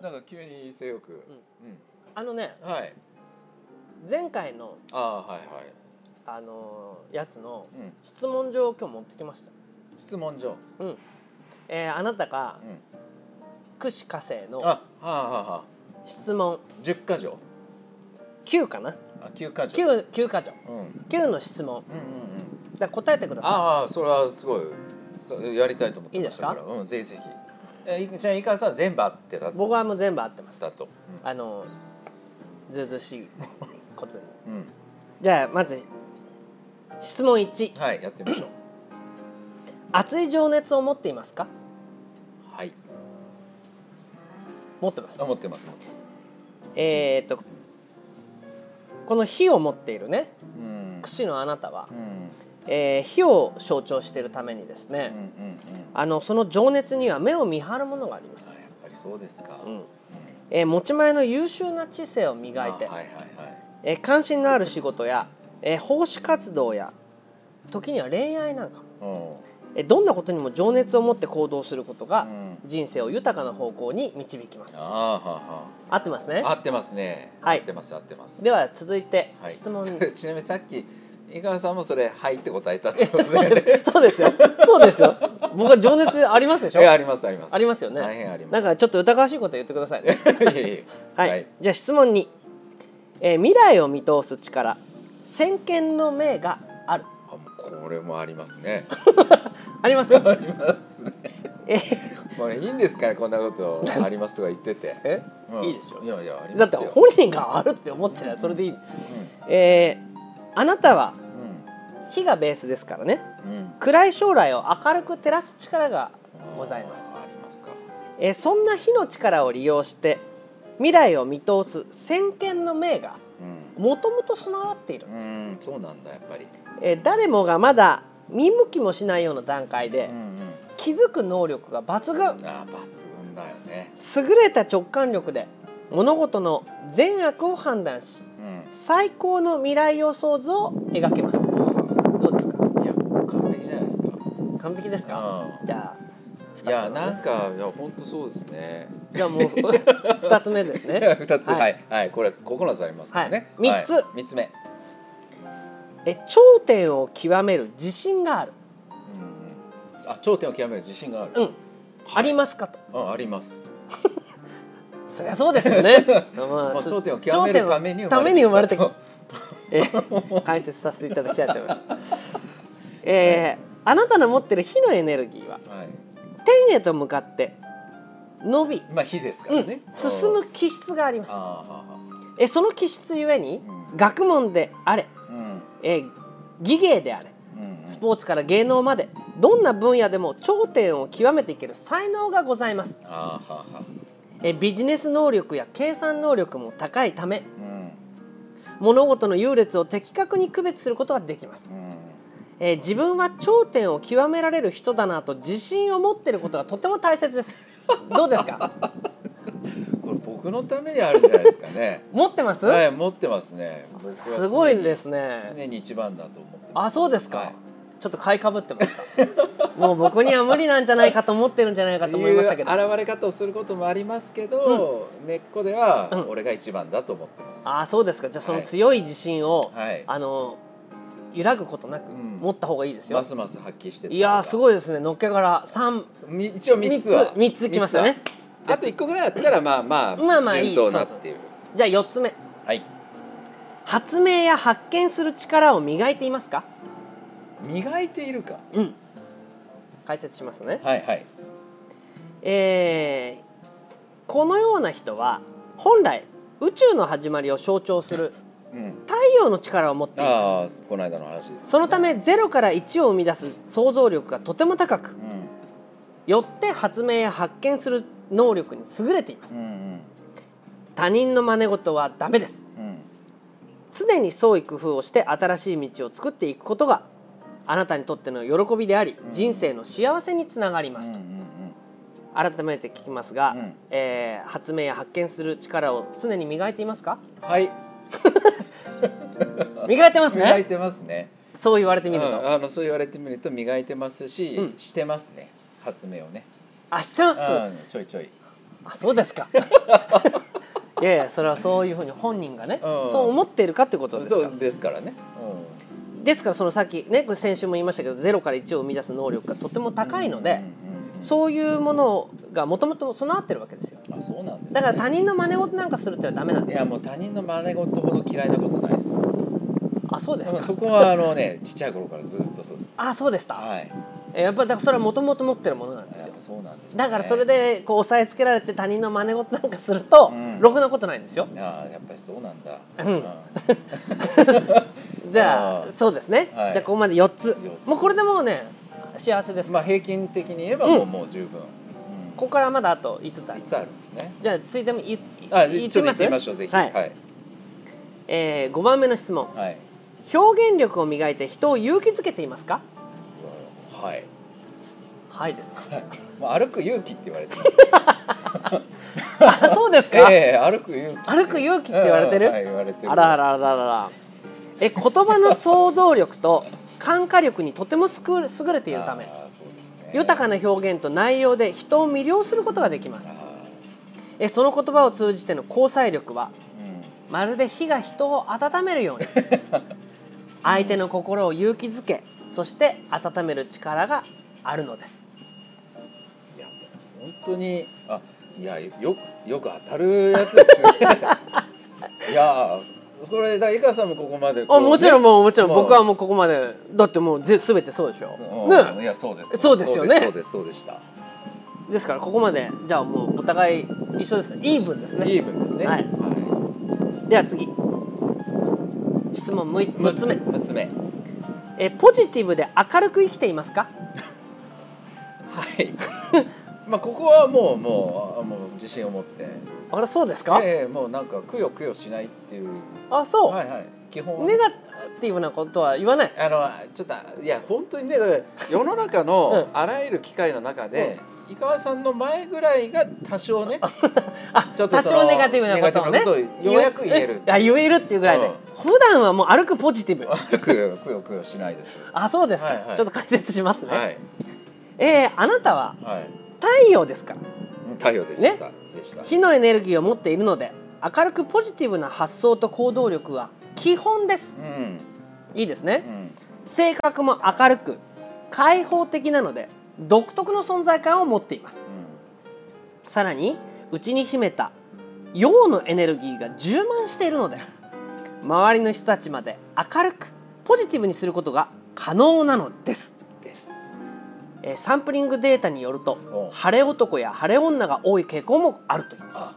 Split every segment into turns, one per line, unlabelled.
なんか急に性欲。うん。
あのね
はい。
前回の
ああはいはい。
あのーやつの
うん。
質問状を今日持ってきました
質問状。
うん、えーあなた
う
が
ん。
屈指火星
あは
の
あはあはあ。
質問
十箇条。
9かな
あ九箇条。
9九箇条
うん。うん
9の質問
うんうん。
だから答えてくださ
ああそれはすごい。そやりたいと思ってましたから。
い
うんぜひぜひ。えいじゃあいかさんは全部合ってた
い僕はもう全部合ってます
だと。
あのずうずう しいことに
うん。うん
じゃあまず質問1
はいやってみましょ う。
熱い情熱を持っていますか
はい。
持ってます
あ持ってます持ってます。
えー、っとこの火を持っているね
うん。
櫛のあなたは
う、ん
えー火を象徴しているためにです
うんうん
ね、
うん。
あのその情熱には目を見張るものがあります
あ、やっぱりそうですか。
う
うん
んえー持ち前の優秀な知性を
あ
磨いて、
はいはいはい。
えー関心のある仕事や、えー奉仕活動や時には恋愛なんかも、
うん。
えーどんなことにも情熱を持って行動することが、
うん
人生を豊かな方向に導きます
ああはは。
合ってますね
合ってますね。
はい
合ってます合ってます。
では続いて
はい、
質問に、
ちなみにさっき井川さんもそれはいって答えたってことだ
そう
よ
で
ね。
すそうですよそうですよ僕は情熱ありますでしょ
いやありますあります。
ありますよね
大変ありま
なん
す。
かちょっと疑わしいこと言ってくださいね
いえいえ
はい、じゃあ質問に、えー未来を見通す力先見の明がある
あもうこれもありますね。
ありますか
ありますね。
え
これいいんですかねこんなことありますとか言ってて。
え
うん
いいでしょ
いやいやあり
だ
ま
って
すよ。
本人があるって思ってたらそれでいい、えーあなたは
うん
火がベースですからね
うんうん。
暗い将来を明るく照らす力がございます
あーありますか。
えーそんな火の力を利用して未来を見通す先見の明が
うん。
もともと備わっている、
うんそうなんだやっぱり。
えー誰もがまだ見向きもしないような段階で
うんうん。
気づく能力が抜群
ああ抜群だよね。
優れた直感力で物事の善悪を判断し
うん。
最高の未来予想図を描けますどうですか
いや完璧じゃないですか。
完璧ですか
う
じゃあ
ん。いや
二つ目
なんかいや本当そうですね。
じゃあもう 2つ目ですね
二つ
は
はいいはいこれ九つありますからね。
はい三つ
はい三つ目。
え頂点を極める自信がある
うんうん。あ頂点を極める自信がある。
うん、あり
ま
ますかと
す。うんあります。
そりゃそうですよ ねま
まあ
す
頂点を極めるために
頂点をために生まれて
きたと。
え ー解説させていただきたいと思います。えーあなたの持ってる火のエネルギーは
はい。
天へと向かって伸び、
まあ火ですか
う
ら
ん
ね。
進
うん。
む気質があります
あ
えその気質ゆえに、
うん
学問であれ、
あうん
えー技芸であれ
うん。
スポーツから芸能までどんな分野でも頂点を極めていける才能がございます
ああはは。
えビジネス能力や計算能力も高いため
うん
物事の優劣を的確に区別することができます
うん。
えー自分は頂点を極められる人だなと自信を持っていることがとても大切です。どうです か？
これ僕のためにあるんじゃないです かね。
持ってます？
はい持ってますね。僕は常
す
に
ごいですね。
常に一番だと思ってます。
あ、そうですか。
はい
ちょっと買いかぶってました。もう僕には無理なんじゃないかと思ってるんじゃないかと思いましたけど。
いう現れ方をすることもありますけど、根っこでは
うん
俺が一番だと思ってます。
あ、そうですか。じゃあその
はい
強い自信を、
はい。
あの揺らぐことなく
うん
持った方がいいですよ。
ますます発揮して
いやーす
い。
ごいですね。のっけから三
み一応三つは
三つきましたね。。
三つはあと一個ぐらいあったらまあまあ
まあまあいい
順当なっていう。
じゃあ四つ目。
はい。
発明や発見する力を磨いていますか？
磨いているか。
うん、解説しますね、
はいはい。
えーこのような人は本来宇宙の始まりを象徴する
うん。
太陽の力を持っていま
ああこの間の話です、
すそのた。め0から1を生み出す想像力がとても高く
うん
よって発明や発見する能力に優れています
うんうん
他人の真似事はダメです
うん。
常に創意工夫をして新しい道を作っていくことがあなたにとっての喜びであり
ん
人生の幸せにつながります
うん
と
うん
改めて聞きますが、
うん
えー発明や発見する力を常に磨いていますか
うん。はい。
磨いてます
磨い
ね
てますね。
そう言われてみると、
うん、あのそう言われてみると磨いてますし、
うん
してますね発明をね、
あしてま
う
す、
ん、ちょいちょい
あそうです かいやいやそれはそういうふうに本人がね、
うん
そう思っているかってことです
そ
か
うですからね、うん
ですからそのさっきねこれ先週も言いましたけど0から1を生み出す能力がとても高いので、
うんうんうん
そういうものがもともと備わってるわけですよ
あそうなんです、
だ
ね、
から他人の真似事なんかするってのはダメなんで
い
すよ
やもう他人の真似事ほど嫌いなことないです
あそうです
うん
か
そこはあのねちっちゃい頃からずっとそうです
あそうでした
はい
えやっぱだからそれはもともと持ってるものなんです
やっ
よ
ぱそうなんです、ね、
だからそれ
で
でこう押さえつけられて他人の真似事なんかすると、
うん
ろくなことないんですよ
ああやっぱりそうなんだ、
うん
うん
じゃあ
あー
そうですね、
はい
じゃあここまで4つ
四つ
もうこれでもうね幸せです、
まあ平均的に言えばもう,、
うん
もう十分、うん、
ここからまだあと5つあ
い
る
つあるんですね
じゃあついでもいい
あ
い
ちょ
いま
っと行っ
す
てみましょうぜひ
はい
はい、
えー、5番目の質問
はい
表現力を磨いて人を勇気づけていますか
はい
はいです か
まあ、歩く勇気って言われてます
あそうですか、
ええ歩く勇気
歩く勇気って言われてる
うんはい言われてる
あらあらあらあらえ言葉の想像力と感化力にとてもすく優れているため
ああそうですね
豊か
な
な表現と内容で人を魅了することができます
あ
えその言葉を通じての交際力は
あうん
まるで火が人を温める ように相手の心を勇気づけそして温める力があるのです
いやもう本当にあいやよよく当たるやつですね いやこれだから井川さんもここまでこ
あ
うね
もちろんもうもちろん
もう
僕はもうここまでだってもうぜ全てそうでしょ
そう
ね
いやそうです
そうですよね
そうですそうでした
ですからここまでじゃあもうお互い一緒ですイーブンですね
イーブンですね
はいでは次質問 6,
六
つ目
六つ目は
えポジティブで明るく生きていますか
い まあここはもうもうあもう自信を持って
あらそうですか、
ええもうなんかくよくよしないっていう
あそう、
はいはい基本はね
ネガティブなことは言わない
あのちょっといや本当にねだから世の中の
う
あらゆる機会の中で、井川さんの前ぐらいが多少ね
あ
ちょっと
多
その
少ネガティブなことをね
ネガティブなことをようやく言える
あ言えるっていうぐら いで、
うん
普段はもう歩くポジティブ
悪くくよくよしないです。
あそうですか、
はいはい
ちょっと解説しますね、
はい
えーあなたは
はい
太陽ですか
うん太陽でした、でした。
火のエネルギーを持っているので明るくポジティブな発想と行動力は基本です
うん
いいです
う
ね、
ん
性格も明るく開放的なので独特の存在感を持っていますさらに内に秘めた陽のエネルギーが充満しているので 周りの人たちまで明るくポジティブにすることが可能なのです、
うんです。
えーサンプリングデータによると
お
晴れ男や晴れ女が多い傾向もあるという
あ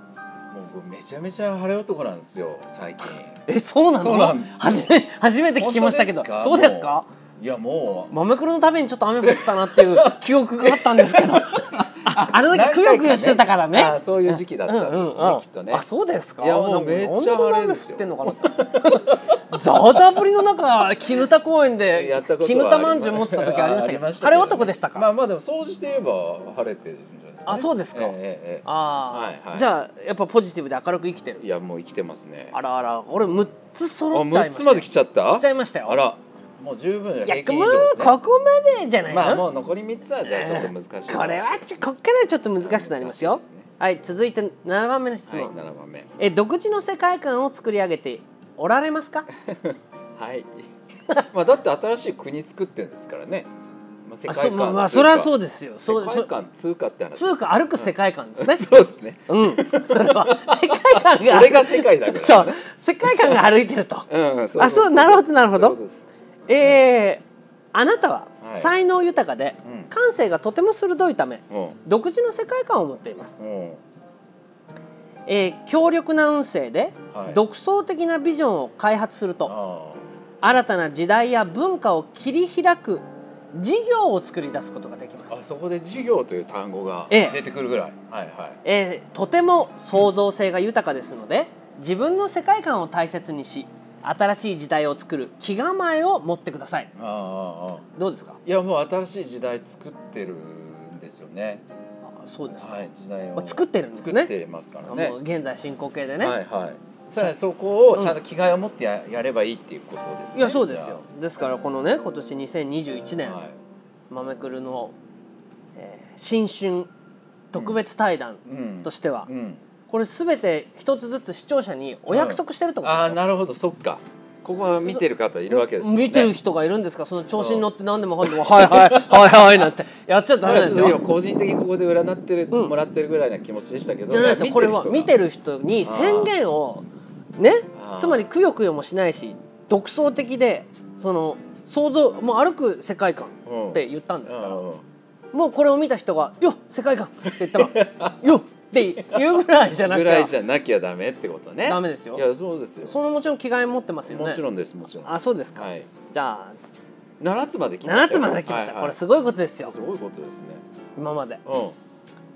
もう僕めちゃめちゃ晴れ男なんですよ最近。
えそうなの
そうなんですよ
初め初めて聞きましたけど
本当
そう
ですか
ですか
いやもう
マメクロのためにちょっと雨降ってたなっていう記憶があったんです けどああの時
何回
く
か
よ
ね
くよしてたからね
あそういう時期だったんですね、
うんうんうん
きっとね。
あそうですか
いやもうめっちゃ晴れですよ
なんか本当に雨降ってんのかなザーザーぶりの中絹田公園で
やったことは
絹田まんじゅう持ってた時ありましたけど
ど
あれ男でしたか、
まあまあでも掃除といえば晴れてるんじゃないですか、ね。
あそうですか
えええええ
あー、
はいはい
じゃあやっぱポジティブで明るく生きてる
えいやもう生きてますね。
あらあら俺6つ揃っ
あ
ちゃい
六
ました
つまで来ちゃった
来ちゃいましたよ
あらもう十分
いや
平均以
もう
上ですね
ここまでじゃないの、
まあもう残り三つはじゃあちょっと難しいかもしれ
こ
ない
れはちょこっからちょっと難しくなりますよ
難しいでね
はい続いて7番目の質
はい
問、
七番目
え独自の世界観を作り上げておられますか
はい まあだって新しい国作ってんですからねまあ世
あ
界
そう
観
まあまあ
通貨
それはそうですよそう
世界観通貨って話
通貨歩く世界観ですね。
そうです ね
うん、それは世界観が
俺が世界だからね
そう世界観が歩いてると。
うんうん
あそうなるほどなるほど
そうです
えー、あなたは
はい
才能豊かで
うん
感性がとても鋭いため
うん
独自の世界観を持っています。
うん
えー、強力な運勢で
はい
独創的なビジョンを開発すると
あ
新たな時代や文化を切り開く事業を作り出すことができま
ー
す。
あそこで事業という単語が
ええ
出てくるぐらいはいはい
えーとても創造性が豊かですので自分の世界観を大切にし新しい時代を作る気構えを持ってください
ああああ
どうですか
いやもう新しい時代作ってるんですよね。
あそうですか、
はい、時代
ま
を
あ、作ってるんです
作
ね
ってますから
あ
ね
もう。現在進行形でね、
はいはい。さらにそこをちゃんと気概を持ってややればいいっていうことですね。
いやそうですよですからこのね今年2021
じ
年
ゃあ。はい。
「まめくるの」えー新春特別対談
うん
としては、
うん、
これ全て一つずつ視聴者にお約束してるってこと
ああ
ですよ、
なるほどそっかここは見てる方いるわけですよね
見てる人がいるんですかその調子に乗って何でもかんでも「はいはいはいはい」なんてやっちゃダ
な
メ
んか
で
ちょっ
す
と今
よ。
個人的にここで占ってる、
うん
もらってるぐらいな気持ちでしたけど
じゃないですよこれは見て
る
る人に宣言をね
あー
つまりくよくよもしないし独創的でその想像もう歩く世界観
人
って言ったんですから、
うん
もうこれを見た人が「よっ世界観!」って言った ら「よっ!」って言うぐらいじゃな
ぐ
き
ら
ゃ
いじゃなきゃダメってことね
ダメですよ
い。やそうですよ
そのもちろん着替え持ってますよね。
もちろんですもちろん
あそうですか
はい、
じゃあ
7つまで来ま
7
した
つ
よ
まで来ました、
はいはい
これすごいことですよ
すごいことですね
今まで
う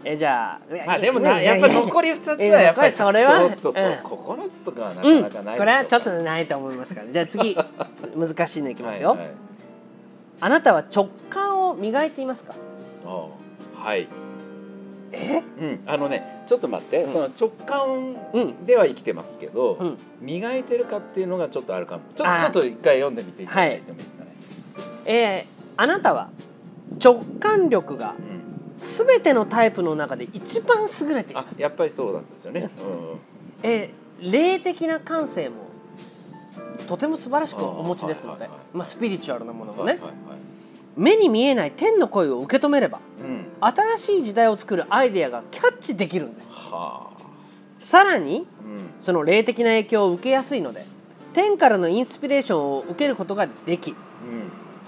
えじゃあ
んあでもなやっぱ残り2つはやっぱり
いやいやそれは
ちょっとそう、
うん
9つとかはな
う
か
ん
な
これ
かないでしょうか、
はちょっとないと思いますからじゃあ 次難しいのいきますよ、
はいはい
あなたは直感を磨いていますか
ああはい
え
うん、あのねちょっと待って、
うん
その直
うん
感では生きてますけど、
うん
磨いてるかっていうのがちょっとあるかもちょ
あー
ちょっと一回読んでみていただいてもいいですかね、
えーあなたは直感力が
うん、
すべてのタイプの中で一番優れてい
あ
ます
やっぱりそうなんですよね、うんうん、
えー霊的な感性もとても素晴らしくお持ちですので
あーはいはいはい
まあスピリチュアルなものも
はい
ね
はいはい
目に見えない天の声を受け止めれば
うん
新しい時代を作るアイデアがキャッチできるんです
はあ
さらに
うん
その霊的な影響を受けやすいので天からのインスピレーションを受けることができ
うん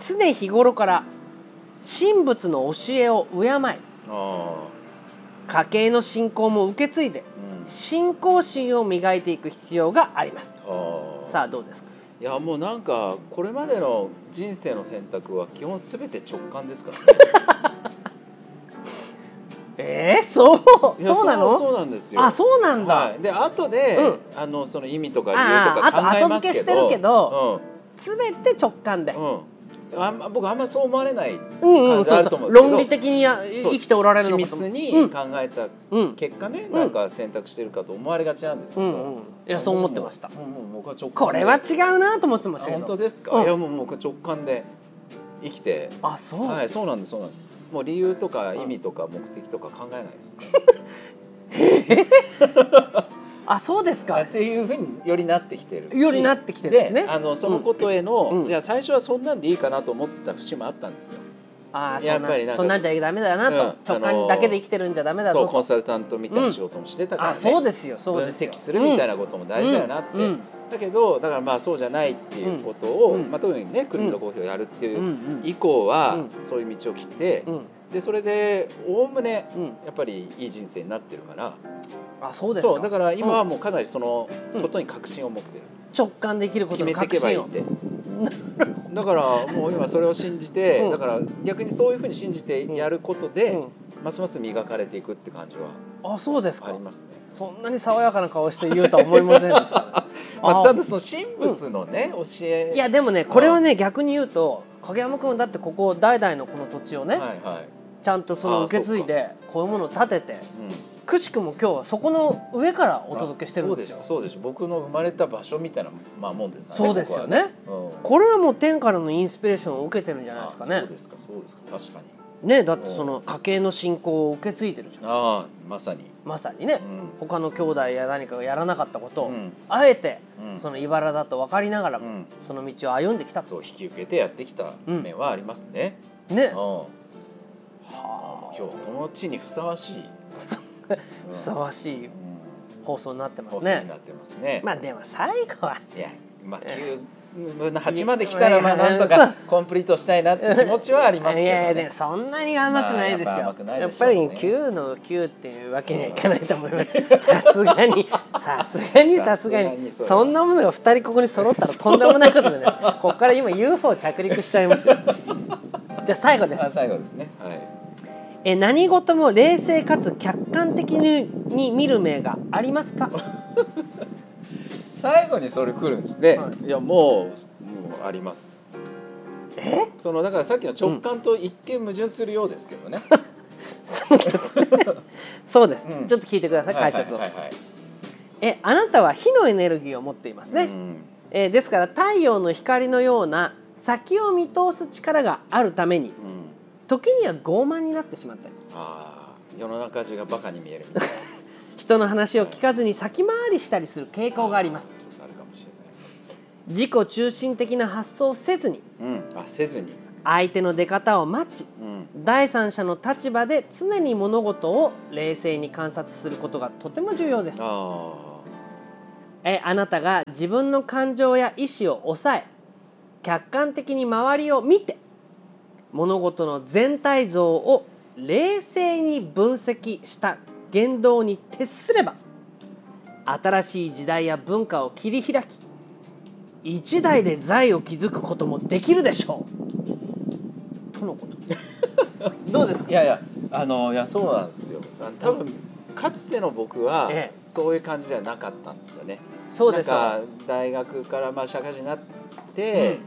常日頃から神仏の教えを敬い
あ
家計の信仰も受け継いで
あうん
信仰心を磨いていく必要があります
ああ
さあどうですか
いやもうなんかこれまでの人生の選択は基本すべて直感ですからね
えー、そう
いや
そうなの
そうなんですよ
あそうなんだ、
はい、で後で、
う
あのその意味とか理由とか
あーあと
考えます
後付け
けど
してるけど全て直感で、
うん、うん、あんま僕あんまりそう思われない
うんうん
感じ
そう
あると
そ
思う
うん
ですけど
論理的にや
そう
生きておられる
緻
のかと
密に
うん
考えた
うん
結果ね、なんか選択してるかと思われがちなんですけ
う
ど、
んうんいやそう思ってました
もうもう僕は直感
こ
で
れは違うなと思ってま
あ
したけ
本当
ど
ですか、
うん
いやもう僕直感で生きて
あそう、
はいそうなんですそうなんですもう理由とか意味とか目的とか考えないです、ね、
あそうです
あ
か
っていうふうによりなってきてるし
よりなってきてるしね
あのそのことへの、
うんうん
いや最初はそんなんでいいかなと思った節もあったんですよ。
ああそ
や
ん
っぱりなん
な
か
そんなんじゃダメだなと、
うん
直感だけで生きてるんじゃダメだ
そ
ぞ
うコ
と
ンサルタントみたいな仕事もしてたから、ね
あそうですよそう
分
ですよ
析するみたい
な
なことも大事だなって、
うんうん
だけどだからまあそうじゃないっていうことを、
うんうん
まあ、特にね国の公表をやるっていううん以降は、
う
そういう道を切って、
うん
でそれでおおむね
うん
やっぱりいい人生になってるから
あそうですか
だから今はもうかなりそのことに確信を持ってる、
直感できること
決
の
めて
確
いけばいい
信を
んで。だからもう今それを信じて、
うん
だから逆にそういうふうに信じてやることで、
うん
ますます磨かれていくって感じは
あそうです
あ
か
りますね。
そんなに爽やかな顔して言うとは思いませんで したね
ま
あ
あ、ただその神仏のね、教え
いやでもねこれはね逆に言うと影山君はだってここ代々のこの土地をね、
はいはい、
ちゃんとその受け継いでこういうものを建てて
うん、
くしくも今日はそこの上からお届けしてるん
そう
で
です
よ
すそうです僕の生まれた場所みたいなまあもんです
そうですよね
ここはね
これはもう天からのインスピレーションを受けてるんじゃ
うん
ないですか
あ
ね
そうですかそうですか確かに
ねだってその家系の信仰を受け継いでるじゃん
ああまさに
まさにね、
うん
他の兄弟や何かがやらなかったことを、
うん
あえて
うん
その茨だと分かりながら
う
も、
ん
その道を歩んできた
そう引き受けてやってきた面はありますね、
ね
うん
は
今日はこの地にふさわしい、
あふさわしい
うん、
放送になってま
放
す
送に
ね
なってますね、
まあでも最後はい
やまあ
え
9分の8まで来たらまあなんとかコンプリートしたいなって気持ちはありますけ
い
ど
やいやで
ね
もそんなに甘くないですよ、
まあやっぱ甘くない
や
で
っ
し
ぱ
ょうね
り9の9っていうわけにはいかないと思い ますさすがにさすがにさすが
さすが
に
にそう
そんなものが2人ここに揃ったらとんでもないことで ねここから今 UFO 着陸しちゃいますよじゃあ最後です
あ最後ですねはい
え何事も冷静かつ客観的にに見る目があります か
最後にそれ来るんですね、、
はい
やもうもうあります
え
そのだからさっきの直感と一見矛盾するようですけどね、
そう ですねそうです、
うん
ちょっと聞いてください解説を、
はいはいはい
えあなたは火のエネルギーを持っていますね、
うん
えーですから太陽の光のような先を見通す力があるために
うん、
時には傲慢になってしまったり
ああ世の中中がバカに見えるみたいな
人の話を聞かずに先回りしたりする傾向があります
ちょっとあるかもし
自己中心的な発想をせずに
れないうんあせずに
相手の出方を待ち
うん
第三者の立場で常に物事を冷静に観察することがとても重要です
あ
えあなたが自分の感情や意思を抑え客観的に周りを見て物事の全体像を冷静に分析した言動に徹すれば新しい時代や文化を切り開き一代で財を築くこともできるでしょうとのことですどうです
あ
か
いやいやあのいやそうなんですよあ多分かつての僕は
ええ
そういう感じではなかったんですよね
そうでしょう
なんか大学からまあ社会人になって、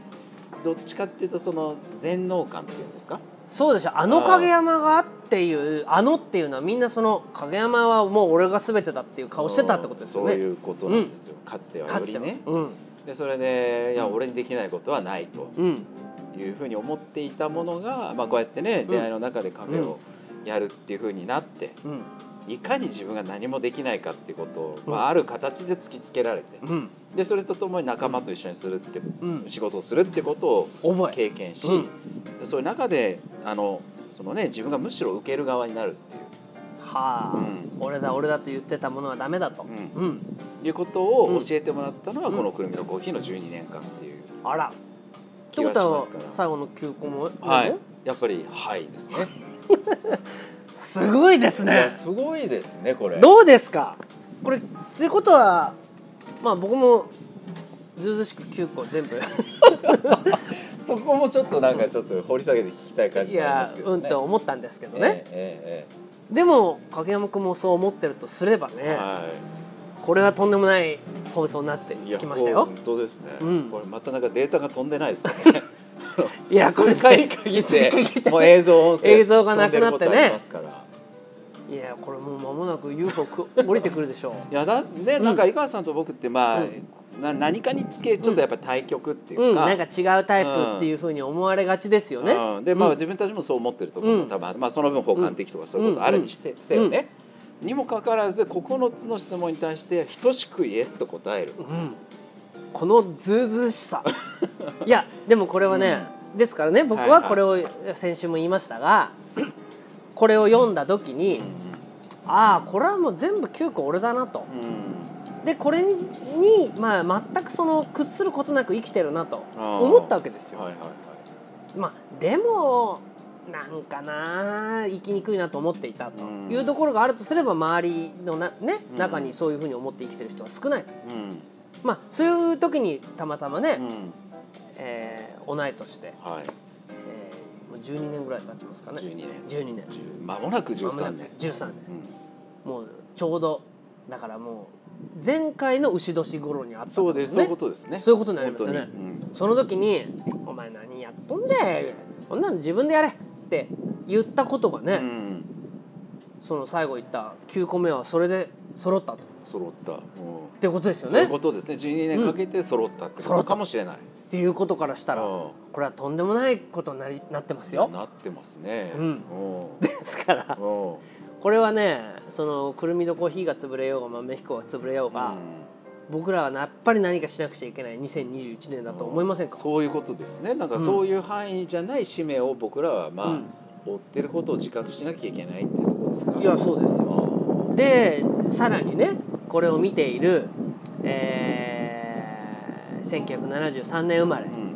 どっちかっていうとその全能感っていうんですか
そうでしょあの影山がっていうあのっていうのはみんなその影山はもう俺が全てだっていう顔してたってことですよ
そう
ね
いうことなんですよ、かつてはより
は
ね
うん
でそれでいや
うん
俺にできないことはないと
うん
いうふうに思っていたものが、まあ、こうやってね
ん
出会いの中でカフェをやるっていうふうになって
うん
いかに自分が何もできないかっていうことを、まあ、ある形で突きつけられて
うん
でそれとともに仲間と一緒にするって
うん
仕事をするってことを
覚え
経験し、
うん
でそういう中であのその、ね、自分がむしろ受ける側になるっていう
はあ、
うん
俺だ俺だと言ってたものはダメだと
うん
うん、
いうことを
うん
教えてもらったのは、
うん
この「くるみのコーヒー」の12年間っていう
あらって
気
こ
がし
と
ま
は
すから。
最後の休校も、
はい、やっぱりはいですね。
すごいです
い
ね
やすごいですねこれ。
どうですかこれってことはまあ僕もずうずうしく休校全部
そこもちょっとなんかちょっと掘り下げて聞きたい感
い
じもありま
や
すけ
う
ど
ん
ね。
と思ったんですけど
え
ね、
ええ
でも影山君もそう思ってるとすればね、
えええは
これはとんでもない放送になって
い。いや
きましたよ
本当ですね、
うん
これまたなんかデータが飛んでないですか ね。
いやこ
そ
れ
れかい限っ
それに限って
てもう映像音声
映像がなくなってね
飛んでることありますから。
いやこれもう間もなく UFO く降りてくるでしょ
いやだね
うん
なんか井川さんと僕ってまあ、
うん、
な何かにつけちょっとやっぱり対局っていうう
うん、
か。
なんか違うタイプっていうふうに思われがちですよね、
うん、でまあ
うん
自分たちもそう思ってるところ
う
も
ん
多分ある、まあ、その分補完的とかそういうことあるにして、せよね、にもかかわらず9つの質問に対して等しくイエスと答える
うんこのずうずうしさ いやでもこれはね、ですからね僕
はい
は
はい
これを先週も言いましたが、これを読んだ時に、ああこれはもう全部9個俺だなと、
うん
でこれに、まあ、全くその屈することなく生きてるなと思ったわけですよ。
はいはいはい
まあ、でもなんかな生きにくいなと思っていたと
うん
いうところがあるとすれば周りのな、ね
う、ん
中にそういうふうに思って生きてる人は少ないと、
うん
まあ、そういう時にたまたまね、
うん
えー同い年で、
はい
えーもう12年ぐらい経ちますかね
12年
12年
10まもなく13年
13年
うん
もうちょうどだからもう前回の牛年頃にあったんですね
そうですそういうことですね
そういうことになりますよね
本当にうん
その時に「お前何やっとんじゃいこんなの自分でやれ」って言ったことがね、
うん
その最後言った9個目はそれで揃ったとっ
揃った、うん
てことですよ
そうい
ね
うことですね12年かけて揃ったってことかもしれない、
っていうことからしたら
うん
これはとんでもないことになりなってますよ。
なってますね
うん
うん
ですから
うん
これはねそのくるみのコーヒーが潰れようが豆彦が潰れようが、僕らはやっぱり何かしなくちゃいけない2021年だと思いませんか、
そういうことですねなん
う
か
ん
そういう範囲じゃない使命を僕らはまあ、
うん
追ってることを自覚しなきゃいけないっていうところですから
いやそうですよ。
あ
でさらにねこれを見ている、えー、1973年生まれ
ーうん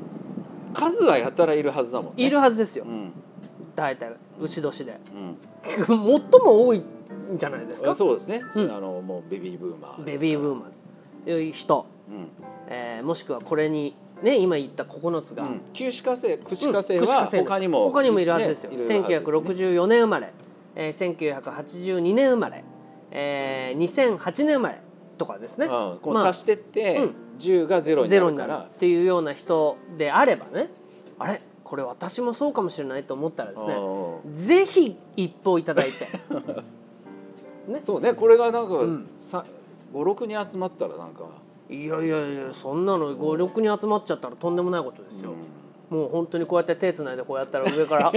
数はやたらいるはずだもんね
いるはずですよ
うん
大体牛年で
うん
最も多いんじゃないですか
そうですね、
うん
あのもうベビーブーマー
ベビーブー
マ
マーズという人、
ー、うん
えーもしくはこれにね今言った9つが、
うん、旧歯科生串科生
うん
は
九歯科生
他にも、
他にもいるはずですよ、
ねいるはずですね
1964年生まれ、えー、1982年生まれ、えー、2008年生まれとかですね
うん、こう
まあ
足してって、
うん
10がゼロにな
ゼロ
る
に
か
なる
ら
っていうような人であればねあれこれ私もそうかもしれないと思ったらです
う
ね
んうん
ぜひ一報いただ いてね
そうねこれがなんか、
うん
さ56人集まったらなんか、
いやいやいやそんなの56人集まっちゃったらとんでもないことですよ、
うん
もう本当にこうやって手つないでこうやったら上から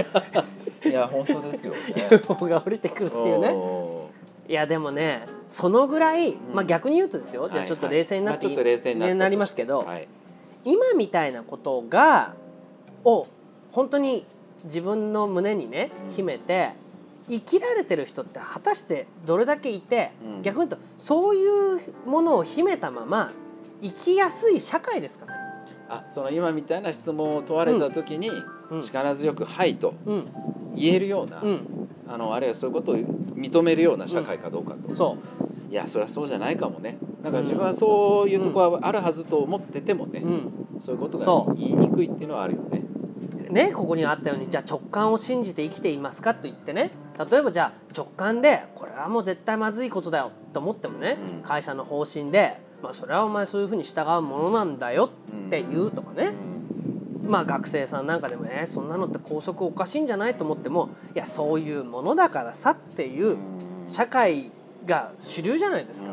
いや本当ですよね
UFO が降りてくる っていうね
おー
いやでもねそのぐらい、
ん
まあ、逆に言うとですよ、じゃあちょっと冷静になって、
はいはいまあちょっと冷静になったとし
ね
て
なりますけど
はい
今みたいなことがを本当に自分の胸にね
うん
秘めて、生きられてる人って果たしてどれだけいて、
うん
逆に言うとそういうものを秘めたまま生きやすい社会ですからね。
あその今みたいな質問を問われた時に、
うん
力強く「はい」と
うん
言えるような、
うん、
あのあるいはそういうことを認めるような社会かどうかと、
そ
いやそりゃそうじゃないかもねなんか自分はそういうとこはあるはずと思っててもね
う、、うん、
そういうこと
そ
が
う
言いにくいっていうのはあるよね。
ねここにあったようにじゃあ直感を信じて生きていますかと言ってね例えばじゃあ直感でこれはもう絶対まずいことだよと思ってもね、
うん
会社の方針で、まあ、それはお前そういうふうに従うものなんだよって言うとかね、
うん
まあ学生さんなんかでもねそんなのって校則おかしいんじゃないと思ってもいやそういうものだからさっていう社会が主流じゃないですか。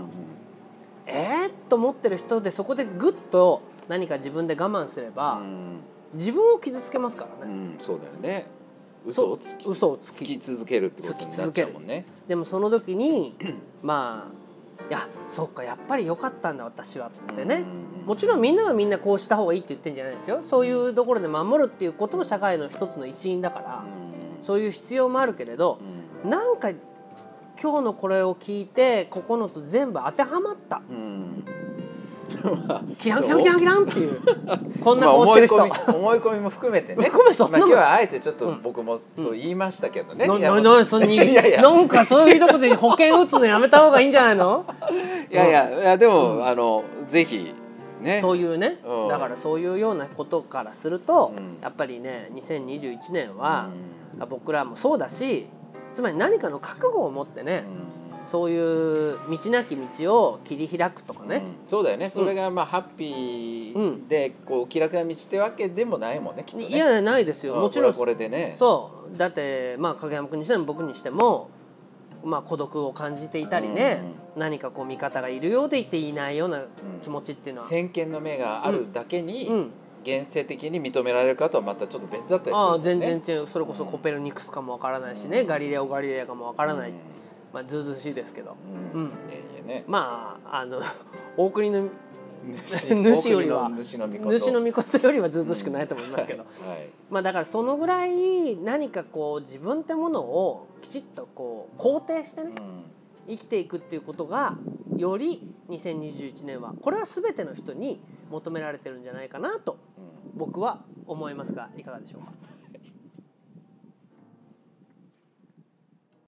えー、と思ってる人でそこでぐっと何か自分で我慢すれ
う
ば
ん
自分を傷つけますから
う
ね。
ん、そうだよね嘘をつき
嘘をつ
つ
き
き続けるってことになっちゃうもんね。
でもその時 にまあいやそっかやっぱり良かったんだ私はってね、もちろんみんながみんなこうした方がいいって言ってんじゃないですよそういうところで守るっていうことも社会の一つの一員だから、そういう必要もあるけれど、なんか今日のこれを聞いて9つ全部当てはまったキランキランキランキランっていう こんな顔してる人、
まあ、思い込み思い込みも含め てね。
ごめんそん
まあ
なも
今
ん
日はあえてちょっ
う
と
ん
僕もそう言いましたけどね。
ない
や
ななそんに
いやいや
なんかそういうとこで保険打つのやめた方がいいんじゃないの
いやいやいやでも、
うん
あのぜひ ね。
そういうね
うん
だからそういうようなことからすると、
うん
やっぱりね2021年
う
は、僕らもそうだしつまり何かの覚悟を持ってね、
ん
そういう道なき道を切り開くとかね、
うんそうだよね。それがまあハッピ
うん
ーでこう気楽な道ってわけでもないもんね。きっとね。
いやいやないですよ
うん
もちろん
これはこれでね。
そうだってまあ影山君にしても僕にしても、まあ、孤独を感じていたりね、何かこう味方がいるようでいていないような
うん
気持ちっていうのは、
先見の目があるだけに、
うん、
現世的に認められるかとはまたちょっと別だったりする
あ
も
あ
んね。
全然違うそれこそコペルニクスかもわからないしね、
うん
ガリレオ・ガリレイかもわからない、
うん
まあずうずうしいですけど
うん
うん
いやいやね。
まああの 大国の
主
主よりは
主の御事
主の御事よりはずうずうしくないと思いますけど、
はいはい
まあだからそのぐらい何かこう自分ってものをきちっとこう肯定してね、
うん
生きていくっていうことがより2021年はこれは全ての人に求められてるんじゃないかなと
うん
僕は思いますがいかがでしょうか